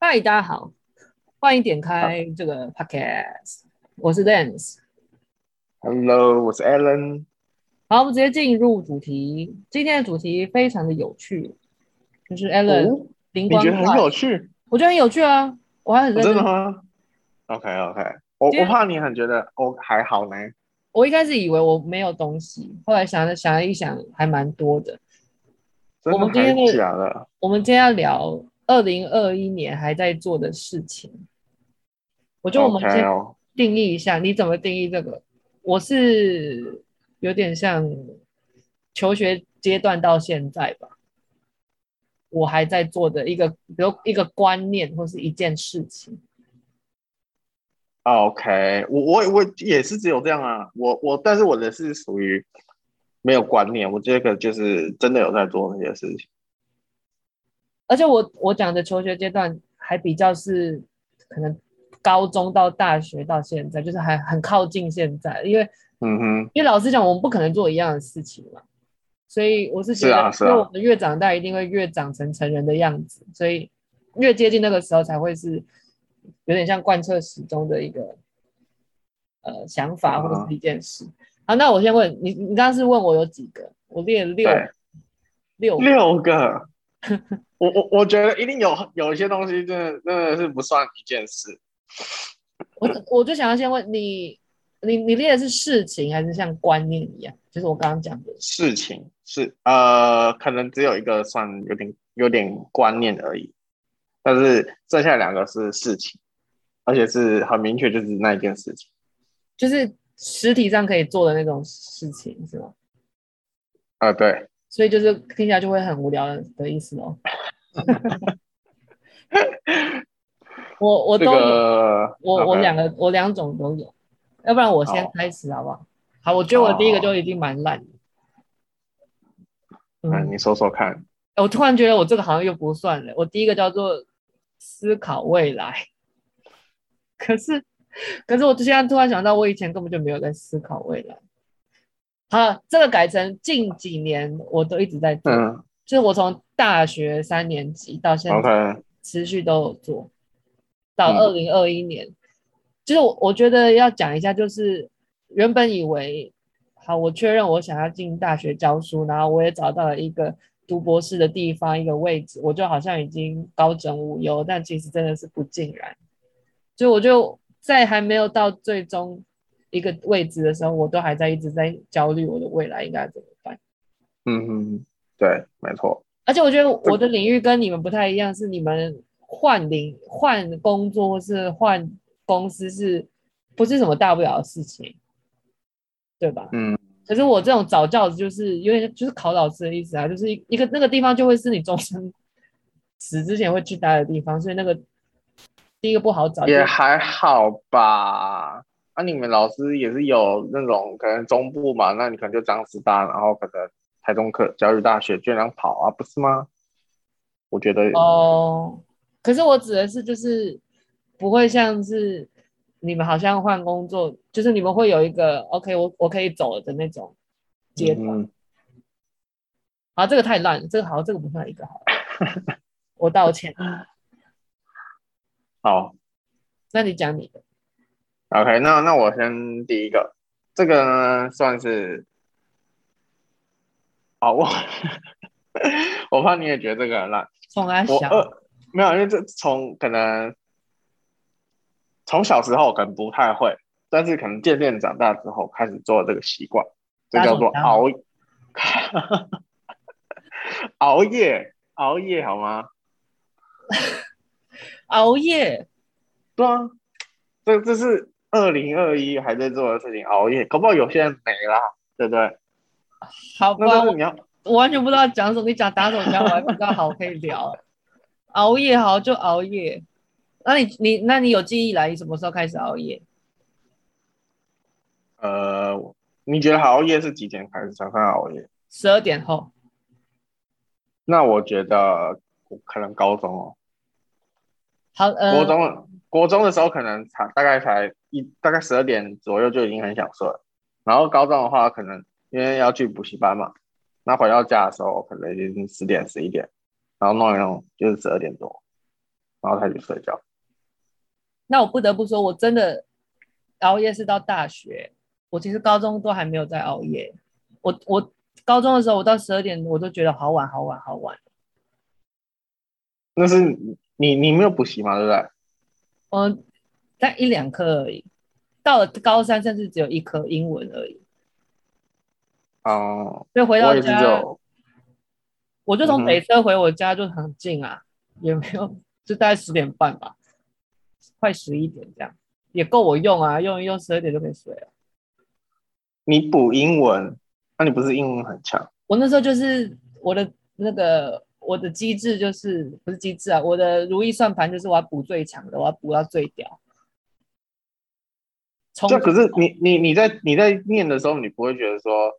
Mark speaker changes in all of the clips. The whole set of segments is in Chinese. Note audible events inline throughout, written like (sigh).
Speaker 1: 嗨，大家好，欢迎点开这个 podcast，我是 Lance。
Speaker 2: Hello，我是 Alan。
Speaker 1: 好，我们直接进入主题。今天的主题非常的有趣，就是 Alan、
Speaker 2: 哦，
Speaker 1: 灵
Speaker 2: 你
Speaker 1: 光
Speaker 2: 觉得很
Speaker 1: 派
Speaker 2: 有趣？
Speaker 1: 我觉得很有趣啊，我还很
Speaker 2: 哦
Speaker 1: 认
Speaker 2: 真
Speaker 1: 真。
Speaker 2: 的吗？OK OK，我
Speaker 1: 今天
Speaker 2: 我怕你很觉得哦还好呢。
Speaker 1: 我一开始以为我没有东西，后来想了想了一想，还蛮多的。
Speaker 2: 真
Speaker 1: 我
Speaker 2: 的
Speaker 1: 们今天
Speaker 2: 还
Speaker 1: 的
Speaker 2: 是假的？
Speaker 1: 我们今天要聊二零二一年还在做的事情。我觉得我们
Speaker 2: OK
Speaker 1: 先
Speaker 2: 哦，
Speaker 1: 定义一下，你怎么定义这个？我是有点像求学阶段到现在吧，我还在做的一个，比如一个观念或是一件事情。
Speaker 2: OK，我我我也是只有这样啊，我我但是我的是属于没有观念，我这个就是真的有在做那些事情。
Speaker 1: 而且我我讲的求学阶段还比较是可能高中到大学到现在，就是还很靠近现在，因为
Speaker 2: 嗯哼，
Speaker 1: 因为老实讲，我们不可能做一样的事情嘛，所以我是觉
Speaker 2: 是啊
Speaker 1: 得，
Speaker 2: 是
Speaker 1: 因
Speaker 2: 啊
Speaker 1: 为我们越长大，一定会越长成成人的样子，所以越接近那个时候才会是有点像贯彻始终的一个呃想法
Speaker 2: 嗯
Speaker 1: 或者是一件事。好，那我先问你，你刚刚是问我有几个？我列了六
Speaker 2: 对
Speaker 1: 六个，
Speaker 2: 六个。 (laughs) 我我我觉得一定有有一些东西真的真的是不算一件事，
Speaker 1: 我我就想要先问你，你你列的是事情还是像观念一样？就是我刚刚讲的，
Speaker 2: 事情是呃，可能只有一个算有点有点观念而已，但是剩下两个是事情，而且是很明确，就是那一件事情。
Speaker 1: 就是实体上可以做的那种事情，是吗？
Speaker 2: 啊，对，
Speaker 1: 所以就是听起来就会很无聊的意思
Speaker 2: (laughs)
Speaker 1: 喽。我我
Speaker 2: 这
Speaker 1: 都有，
Speaker 2: 个
Speaker 1: 我我
Speaker 2: OK
Speaker 1: 两个我两种都有，要不然我先
Speaker 2: 好
Speaker 1: 开始好不好？好，我觉得我第一个
Speaker 2: 好
Speaker 1: 就已经蛮烂的。
Speaker 2: 嗯，
Speaker 1: 嗯，
Speaker 2: 你说说看。
Speaker 1: 我突然觉得我这个好像又不算了。我第一个叫做思考未来，可是可是我现在突然想到，我以前根本就没有在思考未来。好，这个改成近几年我都一直在做。
Speaker 2: 嗯
Speaker 1: 就是我从大学三年级到现在，
Speaker 2: ，OK，
Speaker 1: 持续都有做，到
Speaker 2: 嗯
Speaker 1: 二零二一年。就是我我觉得要讲一下，就是原本以为，好，我确认我想要进大学教书，然后我也找到了一个读博士的地方一个位置，我就好像已经高枕无忧，但其实真的是不尽然。所以我就在还没有到最终一个位置的时候，我都还在一直在焦虑我的未来应该怎么办。
Speaker 2: 嗯哼，对，没错，
Speaker 1: 而且我觉得我的领域跟你们不太一样，是你们换领、换工作或是换公司是不是什么大不了的事情，对吧？
Speaker 2: 嗯。
Speaker 1: 可是我这种早教就是有点就是考老师的意思啊，就是一一个那个地方就会是你终身 (laughs) 死之前会去待的地方，所以那个第一个不好找，
Speaker 2: 也
Speaker 1: 就
Speaker 2: 还好吧。那、你们老师也是有那种可能中部嘛，那你可能就彰师大，然后可能台中科教育大学就那样跑啊，不是吗？我觉得
Speaker 1: 哦，可是我指的是就是不会像是你们好像换工作，就是你们会有一个 OK，我我可以走了的那种阶段。
Speaker 2: 嗯
Speaker 1: 啊，这个太烂了，这个好，这个不算一个
Speaker 2: (laughs)
Speaker 1: 好了我道歉。
Speaker 2: 好
Speaker 1: 那你讲你的，
Speaker 2: ，OK，那那我先第一个，这个呢算是，好，我 (laughs) 我怕你也觉得这个很烂，
Speaker 1: 从来
Speaker 2: 我呃
Speaker 1: 小
Speaker 2: 二没有，因为这从可能从小时候可能不太会，但是可能渐渐长大之后开始做这个习惯，这
Speaker 1: 打手
Speaker 2: 叫做
Speaker 1: 枪
Speaker 2: 熬 (laughs) 熬夜 (laughs) 熬夜好吗？
Speaker 1: 熬夜，
Speaker 2: 对啊，这这是二零二一还在做的事情，熬夜，搞不好有些人没啦，对不对？
Speaker 1: 好吧
Speaker 2: 那，但是
Speaker 1: 我
Speaker 2: 你要
Speaker 1: 我完全不知道讲什么。你讲打手枪，我还不知道好可以
Speaker 2: (laughs)
Speaker 1: 聊。熬夜好就熬夜，那你你那你有记忆以来，你什么时候开始熬夜？
Speaker 2: 呃，你觉得熬夜是几点开始才算熬夜？
Speaker 1: 十二点后。
Speaker 2: 那我觉得可能高中哦。
Speaker 1: 好，呃，
Speaker 2: 国中国中的时候可能才大概才一大概十二点左右就已经很想睡了，然后高中的话可能因为要去补习班嘛，那回到家的时候可能已经十点十一点，然后弄一弄就是十二点多。然后才去睡觉。
Speaker 1: 那我不得不说，我真的熬夜是到大学，我其实高中都还没有在熬夜。我我高中的时候，我到十二点我都觉得好晚好晚好晚。
Speaker 2: 那是你你没有补习嘛，对不对？
Speaker 1: 嗯，在一两科而已，到了高三甚至只有一科英文而已。
Speaker 2: 哦、
Speaker 1: 所以回
Speaker 2: 我
Speaker 1: 到
Speaker 2: 也是
Speaker 1: 家
Speaker 2: 只，有
Speaker 1: 我就从
Speaker 2: 嗯哼
Speaker 1: 北车回我家就很近啊，也没有，就大概十点半吧，快十一点这样，也够我用啊，用一用十二点就可以睡了。
Speaker 2: 你补英文，那、你不是英文很强？
Speaker 1: 我那时候就是我的那个我的机制就是不是机制啊，我的如意算盘就是我要补最强的，我要补到最屌。从
Speaker 2: 这可是你你你在你在念的时候，你不会觉得说，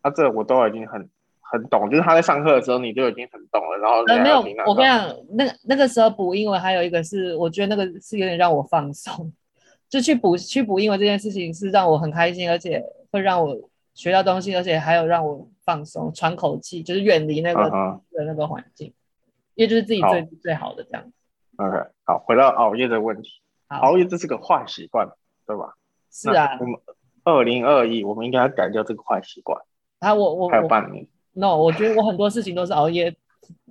Speaker 2: 啊，这我都已经很很懂，就是他在上课的时候，你就已经很懂了，然后你
Speaker 1: 呃
Speaker 2: 还
Speaker 1: 没有，
Speaker 2: 要
Speaker 1: 我跟你
Speaker 2: 听他说
Speaker 1: 讲，那个那个时候补英文还有一个是，我觉得那个是有点让我放松， (laughs) 就去补去补英文这件事情是让我很开心，而且会让我学到东西，而且还有让我放松，喘口气，就是远离那个
Speaker 2: 嗯哼
Speaker 1: 的那个环境，因为就是自己最最啊好的这样。
Speaker 2: OK，好，回到熬夜的问题，
Speaker 1: 好，
Speaker 2: 熬夜这是个坏习惯，对吧？
Speaker 1: 是啊
Speaker 2: 那我，们二零二一，我们应该要改掉这个坏习惯，
Speaker 1: 然后我我
Speaker 2: 还有
Speaker 1: 我
Speaker 2: 半年。
Speaker 1: no，我觉得我很多事情都是熬夜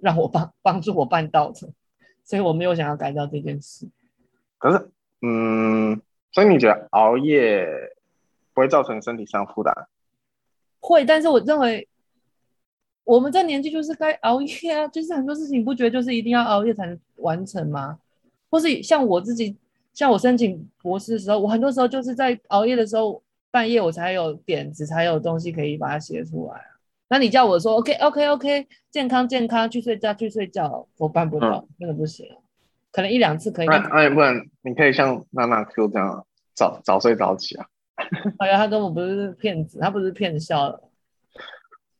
Speaker 1: 让我帮帮助我办到的，所以我没有想要改掉这件事。
Speaker 2: 可是，嗯，所以你觉得熬夜不会造成身体上负担？
Speaker 1: 会，但是我认为我们这年纪就是该熬夜啊，就是很多事情你不觉得就是一定要熬夜才能完成吗？或是像我自己，像我申请博士的时候，我很多时候就是在熬夜的时候，半夜我才有点子，才有东西可以把它写出来啊。那你叫我说 OK OK OK，健康健康，去睡觉去睡觉，我办不到，真的不行啊。可能一两次可以，
Speaker 2: 那
Speaker 1: 但
Speaker 2: 那也不能，你可以像娜娜 Q 这样早早睡早起啊。
Speaker 1: 好像他根本不是骗子，他不是骗笑了，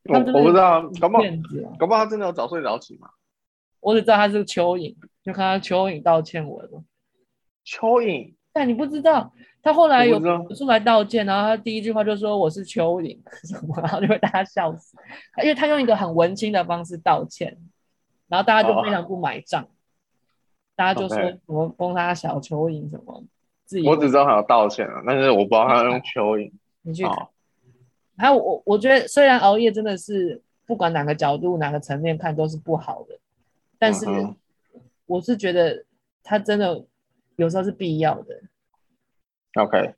Speaker 2: 我
Speaker 1: 他就是
Speaker 2: 我不知道，搞不好
Speaker 1: 骗子啊。
Speaker 2: 搞不好他真的有早睡早起嘛？
Speaker 1: 我只知道他是蚯蚓，就看他蚯蚓道歉文了。
Speaker 2: 蚯蚓，
Speaker 1: 但你不知道，他后来有
Speaker 2: 我不知道
Speaker 1: 出来道歉，然后他第一句话就说我是蚯蚓什么，然后就被大家笑死，因为他用一个很文青的方式道歉，然后大家就非常不买账，大家就说
Speaker 2: OK
Speaker 1: 什么封他小蚯蚓什么，自己
Speaker 2: 我只知道他有道歉啊，但是我不知道他用蚯蚓。
Speaker 1: 你去看
Speaker 2: 哦，
Speaker 1: 还有我，我觉得虽然熬夜真的是不管哪个角度、哪个层面看都是不好的，但是
Speaker 2: 嗯哼
Speaker 1: 我是觉得它真的有时候是必要的，
Speaker 2: OK，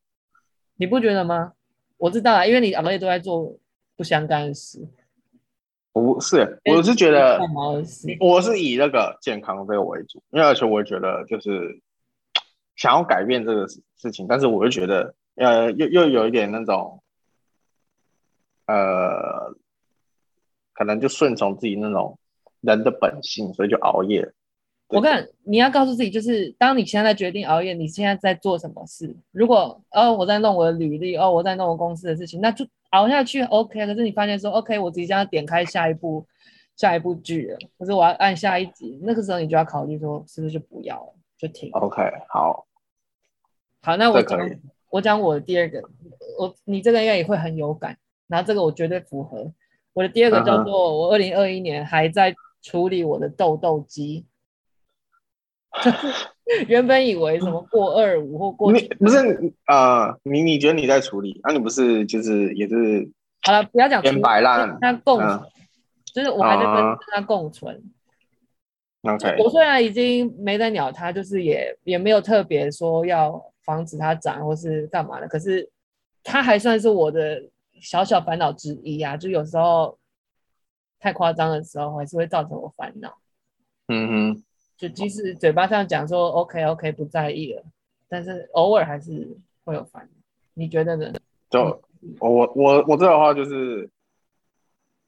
Speaker 1: 你不觉得吗？我知道啊，因为你熬夜都在做不相干的事，
Speaker 2: 我不是，我是觉得
Speaker 1: 不毛的事。
Speaker 2: 我是以那个健康这个为主，因为而且我觉得就是想要改变这个事事情，但是我又觉得呃，又又有一点那种呃，可能就顺从自己那种人的本性，所以就熬夜。
Speaker 1: 我看你要告诉自己，就是当你现在决定熬夜，你现在在做什么事？如果哦我在弄我的履历，哦我在弄我公司的事情，那就熬下去 OK。可是你发现说 OK，我即将要点开下一部下一部剧了，可是我要按下一集，那个时候你就要考虑说是不是就不要了，就停。
Speaker 2: OK，好，
Speaker 1: 好，那我
Speaker 2: 这可
Speaker 1: 讲
Speaker 2: 以。
Speaker 1: 我讲我的第二个，我你这个应该也会很有感，然后这个我绝对符合。我的第二个叫
Speaker 2: 嗯哼
Speaker 1: 做我二零二一年还在处理我的痘痘肌， (laughs) 就是原本以为什么过二五或过
Speaker 2: 你不是呃，你你觉得你在处理，啊那、你不是就是也是
Speaker 1: 好了，不要啊讲处
Speaker 2: 偏
Speaker 1: 理，
Speaker 2: 摆烂
Speaker 1: 跟？它共存，
Speaker 2: 嗯
Speaker 1: 就是我还在跟
Speaker 2: 啊
Speaker 1: 跟它共存。
Speaker 2: OK，
Speaker 1: 我虽然已经没在鸟它，就是也也没有特别说要防止它长或是干嘛的，可是它还算是我的小小烦恼之一啊。就有时候太夸张的时候，还是会造成我烦恼。
Speaker 2: 嗯哼，
Speaker 1: 就即使嘴巴上讲说 OK OK 不在意了，但是偶尔还是会有烦恼。你觉得呢？
Speaker 2: 就我我我我这的话就是，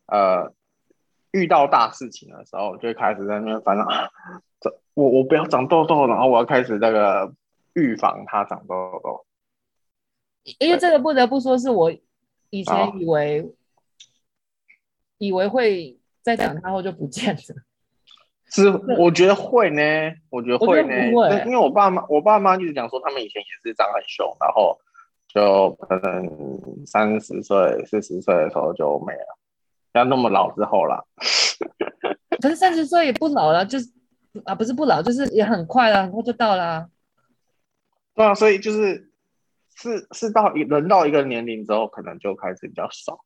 Speaker 2: 呃，遇到大事情的时候，就会开始在那边烦恼，啊这我我不要长痘痘，然后我要开始那个预防它长痘痘。
Speaker 1: 因为这个不得不说是我以
Speaker 2: 好
Speaker 1: 前以为以为会在讲它后就不见了。
Speaker 2: 是，我觉得会呢，我觉得会呢，
Speaker 1: 我觉得不会
Speaker 2: 但因为我爸妈，我爸妈一直讲说，他们以前也是长很凶，然后就可能三十岁、四十岁的时候就没了，不要那么老之后啦。
Speaker 1: 可是三十岁也不老了，就是啊，不是不老，就是也很快啦，很快就到啦。
Speaker 2: 对啊，所以就是是是到一人到一个年龄之后，可能就开始比较少。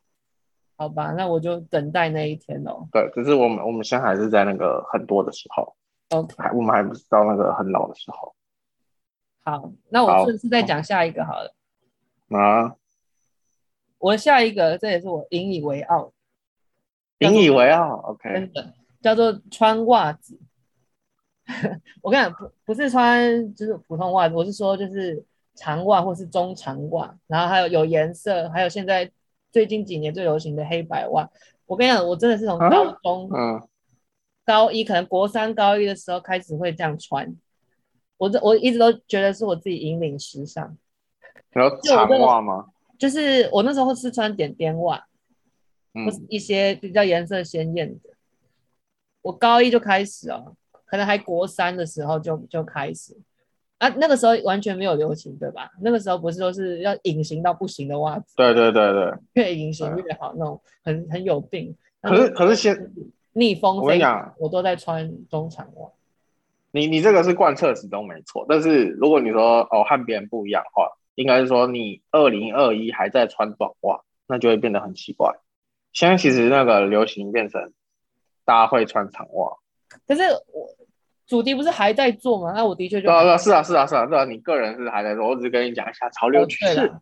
Speaker 1: 好吧，那我就等待那一天喽。
Speaker 2: 对，只是我们我们现在还是在那个很多的时候，
Speaker 1: OK，
Speaker 2: 还我们还不是到那个很老的时候
Speaker 1: 好，那我
Speaker 2: 好
Speaker 1: 顺势再讲下一个好了。
Speaker 2: 啊，
Speaker 1: 我下一个，这也是我引以为傲，叫做
Speaker 2: 引以为傲。OK，
Speaker 1: (laughs) 真的叫做穿袜子。 (laughs) 我跟你讲，不不是穿就是普通袜子，我是说就是长袜或是中长袜，然后还有有颜色，还有现在最近几年最流行的黑白袜。我跟你讲，我真的是从
Speaker 2: 啊
Speaker 1: 高中、
Speaker 2: 嗯，
Speaker 1: 高一，可能国三、高一的时候开始会这样穿。我这我一直都觉得是我自己引领时尚，
Speaker 2: 然后长袜吗？
Speaker 1: 就是我那时候是穿点点袜，
Speaker 2: 嗯
Speaker 1: 或是一些比较颜色鲜艳的。我高一就开始哦，可能还国三的时候就就开始啊，那个时候完全没有流行，对吧？那个时候不是说是要隐形到不行的袜子，
Speaker 2: 对对对对。啊
Speaker 1: 越隐形越好，那种很很有病。
Speaker 2: 可是可是现
Speaker 1: 逆风
Speaker 2: 我跟
Speaker 1: 飞
Speaker 2: 你讲，
Speaker 1: 我都在穿中长袜。
Speaker 2: 你你这个是贯彻始终没错，但是如果你说哦和别人不一样的话，应该是说你二零二一还在穿短袜，那就会变得很奇怪。现在其实那个流行变成大家会穿长袜，
Speaker 1: 可是我主题不是还在做吗？那我的确就
Speaker 2: 对
Speaker 1: (laughs)
Speaker 2: 啊对啊是啊是啊是啊对啊，你个人是还在说，我只是跟你讲一下潮流
Speaker 1: 哦
Speaker 2: 趋
Speaker 1: 对
Speaker 2: 势。
Speaker 1: 了，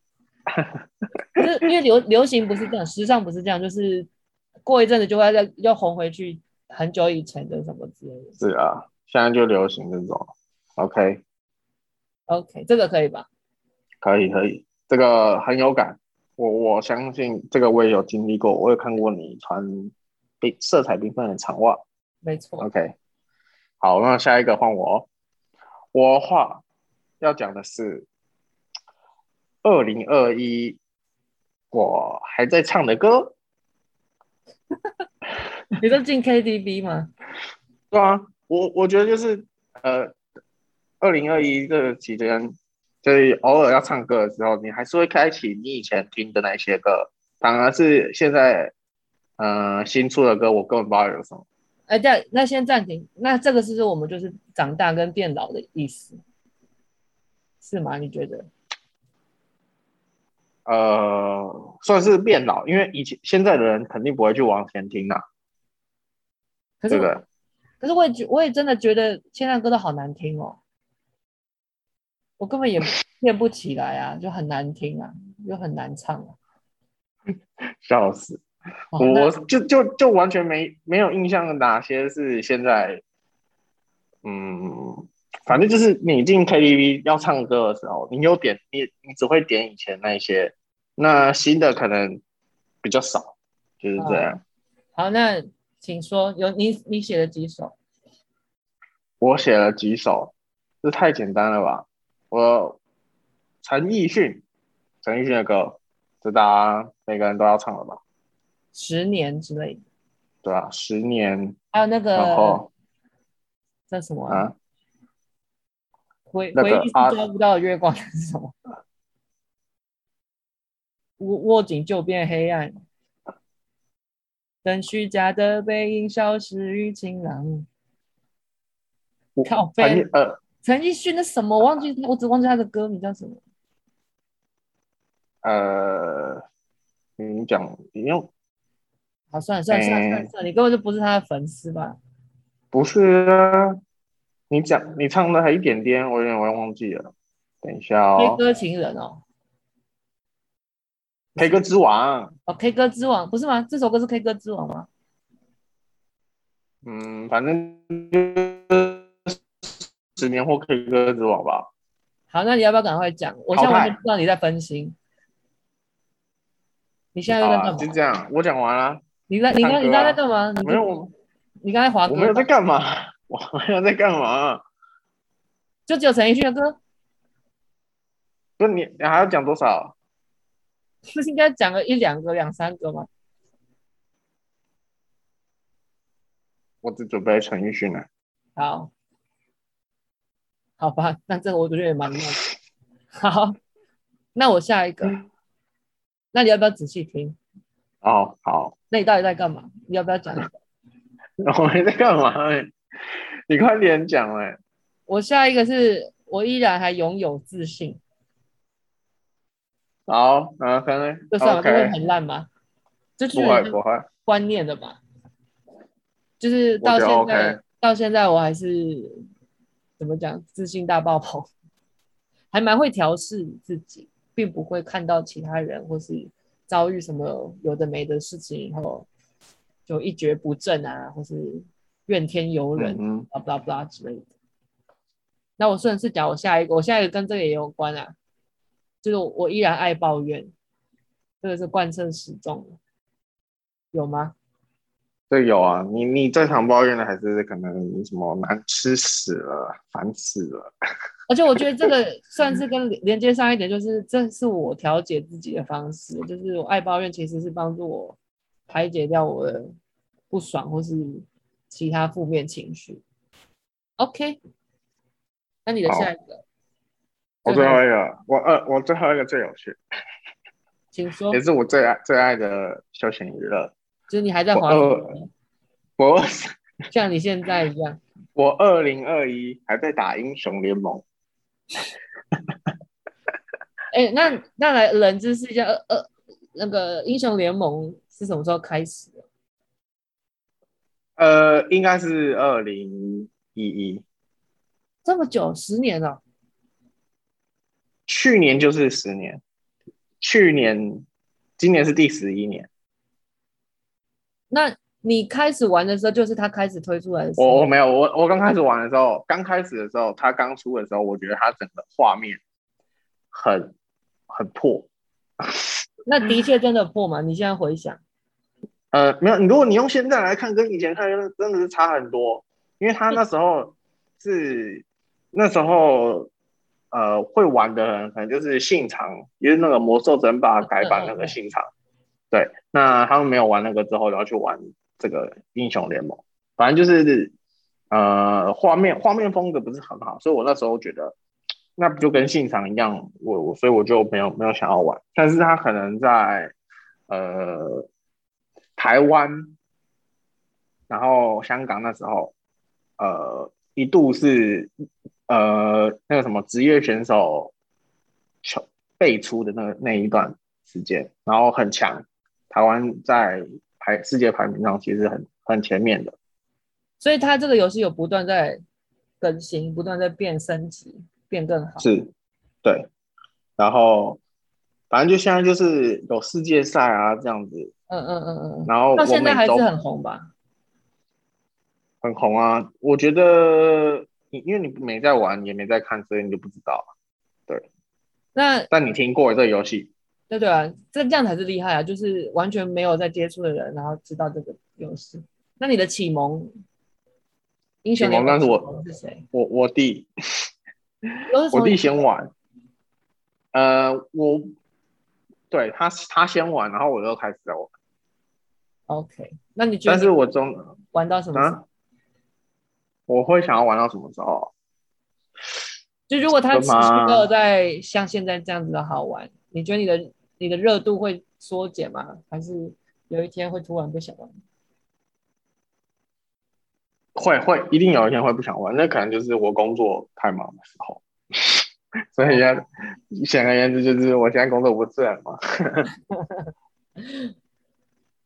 Speaker 1: 就是因为流流行不是这样，时尚不是这样，就是过一阵子就会再又红回去很久以前的什么之类的。
Speaker 2: 是啊，现在就流行这种。OK，
Speaker 1: OK，这个可以吧？
Speaker 2: 可以可以，这个很有感，我我相信这个我也有经历过，我有看过你穿缤色彩缤纷的长袜。
Speaker 1: 没错，
Speaker 2: OK，好，那下一个换我哦。我的话要讲的是二零二一我还在唱的歌，
Speaker 1: 你说进 KTV 吗？
Speaker 2: 对啊，我我觉得就是呃，二零二一这个期间，就是偶尔要唱歌的时候，你还是会开启你以前听的那些歌，反而是现在呃新出的歌，我根本不知道有什么。
Speaker 1: 哎，对，那先暂停。那这个是不是我们就是长大跟变老的意思？是吗？你觉得？
Speaker 2: 呃，算是变老，因为以前现在的人肯定不会去往前听啦、
Speaker 1: 可是
Speaker 2: 对
Speaker 1: 我
Speaker 2: 不对？
Speaker 1: 可是我也觉，我也真的觉得现在歌都好难听哦，我根本也练不起来啊，就很难听啊，又很难唱啊。
Speaker 2: 笑死！
Speaker 1: 哦
Speaker 2: 我
Speaker 1: 那
Speaker 2: 我就就就完全没没有印象哪些是现在，嗯，反正就是你进 KTV 要唱歌的时候，你有点你你只会点以前那一些，那新的可能比较少，就是这样。
Speaker 1: 好，那请说，有你你写了几首？
Speaker 2: 我写了几首，这太简单了吧？我陈奕迅，陈奕迅的歌，这大家每个人都要唱了吧？
Speaker 1: 十年之类的，
Speaker 2: 对啊，十年，
Speaker 1: 还有那
Speaker 2: 然
Speaker 1: 个
Speaker 2: 后
Speaker 1: 叫什么啊
Speaker 2: 哦啊，
Speaker 1: 回
Speaker 2: 那
Speaker 1: 回
Speaker 2: 个
Speaker 1: 忆是
Speaker 2: 啊
Speaker 1: 抓不到的月光是什么？握握紧就变黑暗，等虚假的背影消失于晴朗。
Speaker 2: 我
Speaker 1: 靠
Speaker 2: 陈
Speaker 1: 背
Speaker 2: 奕呃。
Speaker 1: 陈奕迅的什么？我忘记，我只忘记他的歌名叫什么。
Speaker 2: 呃，你讲你用
Speaker 1: 好，算了算
Speaker 2: 哎
Speaker 1: 了算了算了算了，你根本就不是他的粉丝吧？
Speaker 2: 不是啊？你讲你唱的还一点点，我有点忘记了。等一下
Speaker 1: 《K
Speaker 2: 哦，
Speaker 1: 歌情人》哦，
Speaker 2: K 歌之王，
Speaker 1: 哦，《K 歌之王》不是吗？这首歌是《K 歌之王》吗？
Speaker 2: 嗯，反正就是十年后 K 歌之王吧。
Speaker 1: 好，那你要不要赶快讲？我现在
Speaker 2: 淘汰
Speaker 1: 完全不知道你在分心。你现在
Speaker 2: 好
Speaker 1: 又在
Speaker 2: 啊，
Speaker 1: 干嘛
Speaker 2: 就？这样，我讲完了。
Speaker 1: 你在你刚你
Speaker 2: 唱歌
Speaker 1: 刚
Speaker 2: 啊
Speaker 1: 才在干嘛？你
Speaker 2: 没有，我
Speaker 1: 你刚才滑歌
Speaker 2: 我
Speaker 1: 吧，
Speaker 2: 没有在干嘛，我没有在干嘛。
Speaker 1: 就只有陈奕迅的歌，
Speaker 2: 不是你，你还要讲多少？
Speaker 1: 不是应该讲个一两个、两三个吗？
Speaker 2: 我只准备陈奕迅了。
Speaker 1: 好，好吧，那这个我觉得也蛮妙的。好，那我下一个，那你要不要仔细听？
Speaker 2: 哦，好， (laughs)
Speaker 1: 那你到底在干嘛？你要不要讲一下？
Speaker 2: 我没在干嘛、你你快点讲哎、
Speaker 1: 我下一个是我依然还拥有自信，
Speaker 2: 好，嗯，可能
Speaker 1: 这算吗？这会
Speaker 2: OK，
Speaker 1: 很烂吗？这就
Speaker 2: 不会
Speaker 1: 是
Speaker 2: 不会，
Speaker 1: 观念的吧？就是到
Speaker 2: 我觉
Speaker 1: 现
Speaker 2: 得
Speaker 1: 在
Speaker 2: OK
Speaker 1: 到现在我还是怎么讲，自信大爆棚，还蛮会调试自己，并不会看到其他人或是遭遇什么有的没的事情以后就一蹶不振啊，或是怨天尤人
Speaker 2: 嗯嗯，
Speaker 1: blah blah blah 之类的。那我顺势讲我下一个，我下一个跟这个也有关啊，就是我我依然爱抱怨，这个是贯彻始终的，有吗？
Speaker 2: 这有啊，你你最常抱怨的还是可能什么难吃死了，烦死了，
Speaker 1: 而且我觉得这个算是跟连连接上一点，就是这是我调节自己的方式，就是我爱抱怨其实是帮助我排解掉我的不爽或是其他负面情绪。OK，那你的
Speaker 2: 好
Speaker 1: 下一个，
Speaker 2: 我
Speaker 1: 最
Speaker 2: 最
Speaker 1: 后
Speaker 2: 后一个，我呃，我最后一个最有趣，
Speaker 1: 请说
Speaker 2: 也，是我最爱最爱的休闲娱乐。
Speaker 1: 就是你还在
Speaker 2: 我呃
Speaker 1: 滑手
Speaker 2: 饿
Speaker 1: 机
Speaker 2: 我
Speaker 1: 像你现在一样。
Speaker 2: 我二零二一还在打英雄联盟，
Speaker 1: 哎、那那来冷知识一下，呃呃，那个英雄联盟是什么时候开始的？
Speaker 2: 呃，应该是二零一一，
Speaker 1: 这么久，十年了，
Speaker 2: 去年就是十年，去年今年是第十一年，
Speaker 1: 那你开始玩的时候，就是他开始推出来的时候
Speaker 2: 我我没有，我我刚开始玩的时候，刚开始的时候，它刚出的时候，我觉得它整个画面很很破。
Speaker 1: 那的确真的破嘛？你现在回想，
Speaker 2: 呃，没有，如果你用现在来看，跟以前看真的是差很多，因为它那时候是那时候呃会玩的人可能就是信长，因为那个魔兽争霸改版那个信长，对，那他们没有玩那个之后，然后去玩这个英雄联盟，反正就是呃画面画面风格不是很好，所以我那时候觉得那不就跟信长一样，我我所以我就没有没有想要玩，但是他可能在呃台湾，然后香港那时候，呃一度是呃那个什么职业选手求辈出的那个那一段时间，然后很强，台湾在排世界排名上其实很很前面的，
Speaker 1: 所以他这个游戏有不断在更新，不断在变升级，变更好。
Speaker 2: 是，对，然后反正就现在就是有世界赛啊这样子，
Speaker 1: 嗯嗯嗯嗯嗯，
Speaker 2: 然后我
Speaker 1: 到现在
Speaker 2: 每
Speaker 1: 还是
Speaker 2: 周
Speaker 1: 很红吧？
Speaker 2: 很红啊。我觉得你因为你没在玩，也没在看，所以你就不知道。
Speaker 1: 那
Speaker 2: 但你听过这个游戏，
Speaker 1: 对对啊，这这样才是厉害啊！就是完全没有在接触的人，然后知道这个游戏。那你的启蒙英雄联
Speaker 2: 启蒙
Speaker 1: 盟
Speaker 2: 但是我
Speaker 1: 启蒙是谁？
Speaker 2: 我我弟
Speaker 1: 都是从
Speaker 2: 我弟先玩，呃，我对他他先玩，然后我就开始在玩。
Speaker 1: OK，那你觉得
Speaker 2: 但
Speaker 1: 你
Speaker 2: 是我中
Speaker 1: 玩到什么时候？
Speaker 2: 啊，我会想要玩到什么时候？啊
Speaker 1: 就如果它持
Speaker 2: 真的
Speaker 1: 续
Speaker 2: 吗
Speaker 1: 没有在像现在这样子的好玩，你觉得你的你的热度会缩减吗？还是有一天会突然不想玩？
Speaker 2: 会会，一定有一天会不想玩，那可能就是我工作太忙的时候。 (laughs) 所以现在，显而言之就是我现在工作不是很忙。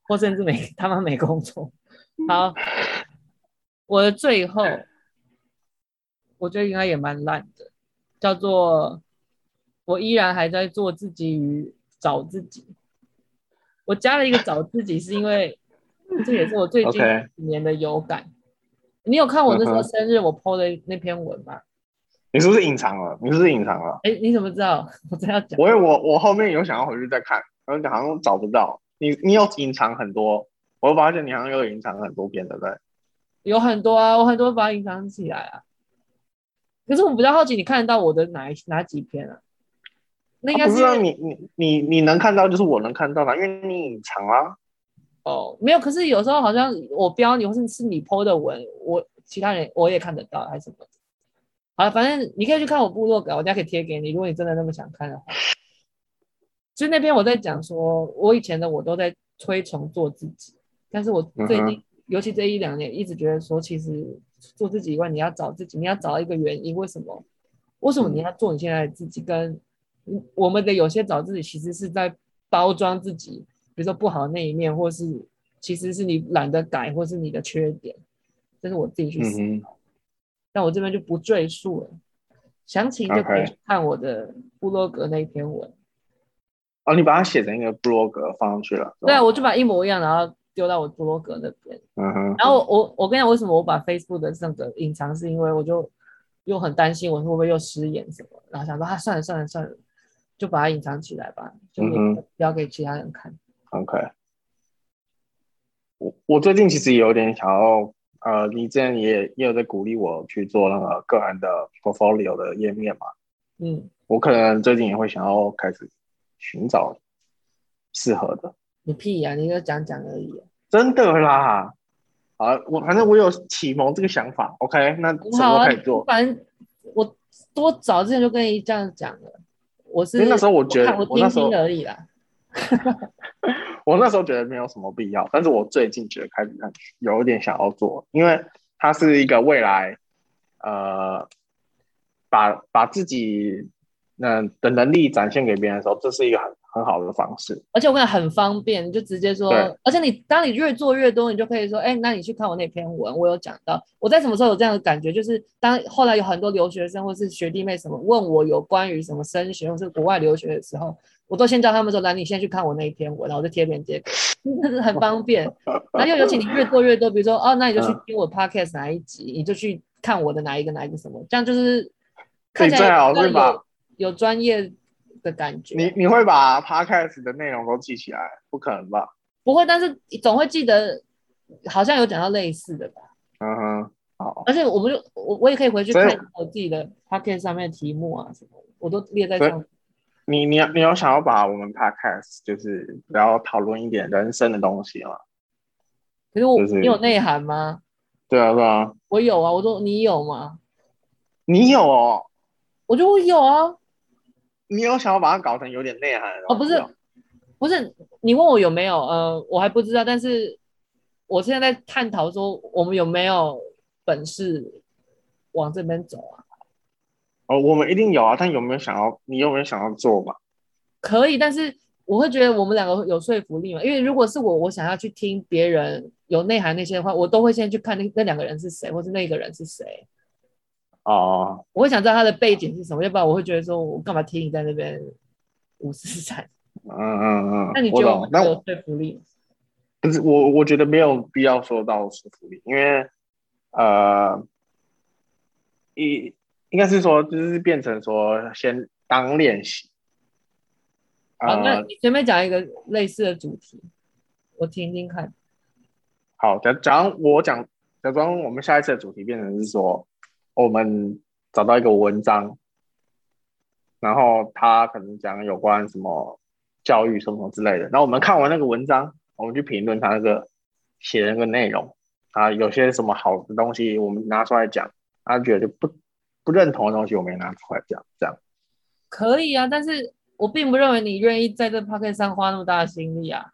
Speaker 1: 或甚至没他妈没工作。好，我的最后，我觉得应该也蛮烂的，叫做我依然还在做自己与找自己。我加了一个找自己，是因为这也是我最近
Speaker 2: OK
Speaker 1: 几年的有感。你有看我那时候
Speaker 2: 嗯哼
Speaker 1: 生日我 PO 的那篇文吗？
Speaker 2: 你是不是隐藏了？你是不是隐藏了？
Speaker 1: 哎、你怎么知道？ (laughs) 我真要讲，
Speaker 2: 我我我后面有想要回去再看，然后好像找不到。你你有隐藏很多，我发现你好像有隐藏很多遍，对不对？
Speaker 1: 有很多啊，我很多把它隐藏起来啊。可是我比较好奇，你看得到我的哪一哪几篇啊？那应该
Speaker 2: 不
Speaker 1: 是
Speaker 2: 是啊，你你你你能看到就是我能看到的，因为你隐藏啦、嗯
Speaker 1: 哦，没有。可是有时候好像我标你，或是是你 PO 的文，我其他人我也看得到，还是什么的？好了，反正你可以去看我部落格，我等下可以贴给你，如果你真的那么想看的话。其实那边我在讲说，我以前的我都在推崇做自己，但是我最
Speaker 2: 嗯
Speaker 1: 近
Speaker 2: 哼
Speaker 1: 尤其这一两年，一直觉得说，其实做自己以外，你要找自己，你要找一个原因，为什么？为什么你要做你现在的自己？跟嗯我们的有些找自己，其实是在包装自己，比如说不好的那一面，或是其实是你懒得改，或是你的缺点。这是我自己去
Speaker 2: 嗯
Speaker 1: 思
Speaker 2: 哼，
Speaker 1: 但我这边就不赘述了，详情就可以
Speaker 2: OK
Speaker 1: 去看我的部落格那一篇文。
Speaker 2: 哦，你把它写成一个 blog 放上去了，是吧
Speaker 1: 对啊，，我就把一模一样，然后丢到我部落格那边。
Speaker 2: 嗯哼，
Speaker 1: 然后我我我跟你讲，为什么我把 Facebook 的那个隐藏，是因为我就又很担心我会不会又失言什么，然后想说啊，算了算了算了，就把它隐藏起来吧，就
Speaker 2: 嗯
Speaker 1: 不要给其他人看。
Speaker 2: OK，我我最近其实也有点想要，呃，你之前也也有在鼓励我去做那个个人的 portfolio 的页面嘛，
Speaker 1: 嗯，
Speaker 2: 我可能最近也会想要开始寻找适合的，
Speaker 1: 你屁呀、你就讲讲而已、啊
Speaker 2: 真的啦，啊，我反正我有启蒙这个想法，OK，那什
Speaker 1: 好
Speaker 2: 么
Speaker 1: 啊
Speaker 2: 可以做？
Speaker 1: 反正我多早之前就跟你这样讲了，我是
Speaker 2: 因为那时候我觉得
Speaker 1: 看我
Speaker 2: 我那
Speaker 1: 听
Speaker 2: 时候
Speaker 1: 听而已啦。
Speaker 2: 我那时候觉得没有什么必要，但是我最近觉得开始有一点想要做，因为它是一个未来，呃，把把自己嗯、的能力展现给别人的时候，这是一个很很好的方式。
Speaker 1: 而且我跟你讲很方便，你就直接说
Speaker 2: 对，
Speaker 1: 而且你当你越做越多，你就可以说，哎、那你去看我那篇文，我有讲到，我在什么时候有这样的感觉，就是当后来有很多留学生或是学弟妹什么问我有关于什么升学或是国外留学的时候，我都先叫他们说，来，你先去看我那一篇文，然后我就贴链
Speaker 2: (laughs)
Speaker 1: 接，就是很方便。然后又尤其你越做越多，比如说哦，那你就去
Speaker 2: 嗯
Speaker 1: 听我 podcast 哪一集，你就去看我的哪一个哪一个什么，这样就是
Speaker 2: 所
Speaker 1: 看
Speaker 2: 以
Speaker 1: 起来
Speaker 2: 最好
Speaker 1: 比较
Speaker 2: 是把
Speaker 1: 有有专业的感觉。
Speaker 2: 你你会把 podcast 的内容都记起来？不可能吧？
Speaker 1: 不会，但是总会记得，好像有讲到类似的吧。
Speaker 2: 嗯哼，好，
Speaker 1: 而且我们就我我也可以回去看
Speaker 2: 所以
Speaker 1: 我自己的 p o c a s t 上面的题目啊什么的，我都列在上面。
Speaker 2: 你你你有想要把我们 podcast 就是然后讨论一点人生的东西吗？
Speaker 1: 可是我
Speaker 2: 就是
Speaker 1: 你有内涵吗？
Speaker 2: 对啊，对啊，
Speaker 1: 我有啊，我说你有吗？
Speaker 2: 你有哦，
Speaker 1: 我就我有啊，
Speaker 2: 你有想要把它搞成有点内涵的
Speaker 1: 哦
Speaker 2: 东
Speaker 1: 不
Speaker 2: 西
Speaker 1: 是
Speaker 2: 哦
Speaker 1: 不是你问我有没有？呃，我还不知道，但是我现在在探讨说我们有没有本事往这边走啊？
Speaker 2: 哦，我们一定有啊，但有没有想要？你有没有想要做嘛？
Speaker 1: 可以，但是我会觉得我们两个有说服力嘛，因为如果是我，我想要去听别人有内涵那些的话，我都会先去看那那两个人是谁，或是那个人是谁，
Speaker 2: 哦，
Speaker 1: 我会想知道他的背景是什么，要不然我会觉得说我干嘛听你在那边五四三？
Speaker 2: 嗯嗯嗯，
Speaker 1: 那你觉
Speaker 2: 我
Speaker 1: 得我
Speaker 2: 懂
Speaker 1: 们，
Speaker 2: 但
Speaker 1: 有
Speaker 2: 我呃
Speaker 1: 说服力吗？
Speaker 2: 不是我，我觉得没有必要说到说服力，因为呃，一应该是说就是变成说先当练习，
Speaker 1: 好，哦那
Speaker 2: 呃，
Speaker 1: 你前面讲一个类似的主题，我听听看。
Speaker 2: 好，假假如我讲，假装我们下一次的主题变成是说，我们找到一个文章，然后他可能讲有关什么教育什么什么之类的，然后我们看完那个文章，我们去评论他那个写的那个内容啊，有些什么好的东西我们拿出来讲，他觉得不不认同的东西我们也拿出来讲，这样
Speaker 1: 可以啊，但是我并不认为你愿意在这 p o c a s t 上花那么大的心力啊。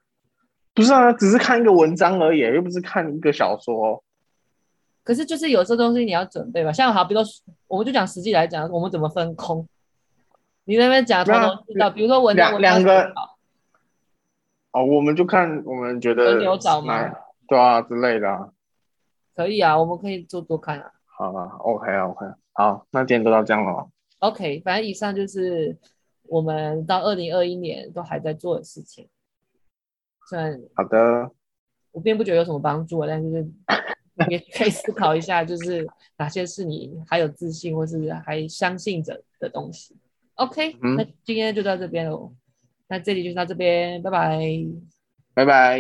Speaker 2: 不是啊，只是看一个文章而已，又不是看一个小说。
Speaker 1: 可是就是有些东西你要准备吧，像好，比如说我们就讲实际来讲，我们怎么分空。你在那边讲头
Speaker 2: 那
Speaker 1: 头是道，比如说文章
Speaker 2: 啊两
Speaker 1: 文章
Speaker 2: 两个
Speaker 1: 写好
Speaker 2: 哦，我们就看我们觉得
Speaker 1: 轮流找吗
Speaker 2: 哪对啊之类的啊。
Speaker 1: 可以啊，我们可以做做看啊。
Speaker 2: 好了，OK 啊 OK，好，那今天就到这样了。
Speaker 1: OK，反正以上就是我们到二零二一年都还在做的事情，虽然
Speaker 2: 好的，
Speaker 1: 我并不觉得有什么帮助啊，但就是也 (laughs) 可以思考一下，就是哪些是你还有自信或是还相信着的东西。OK，、
Speaker 2: 嗯
Speaker 1: 那今天就到这边喽，那这里就到这边，拜拜。
Speaker 2: 拜拜。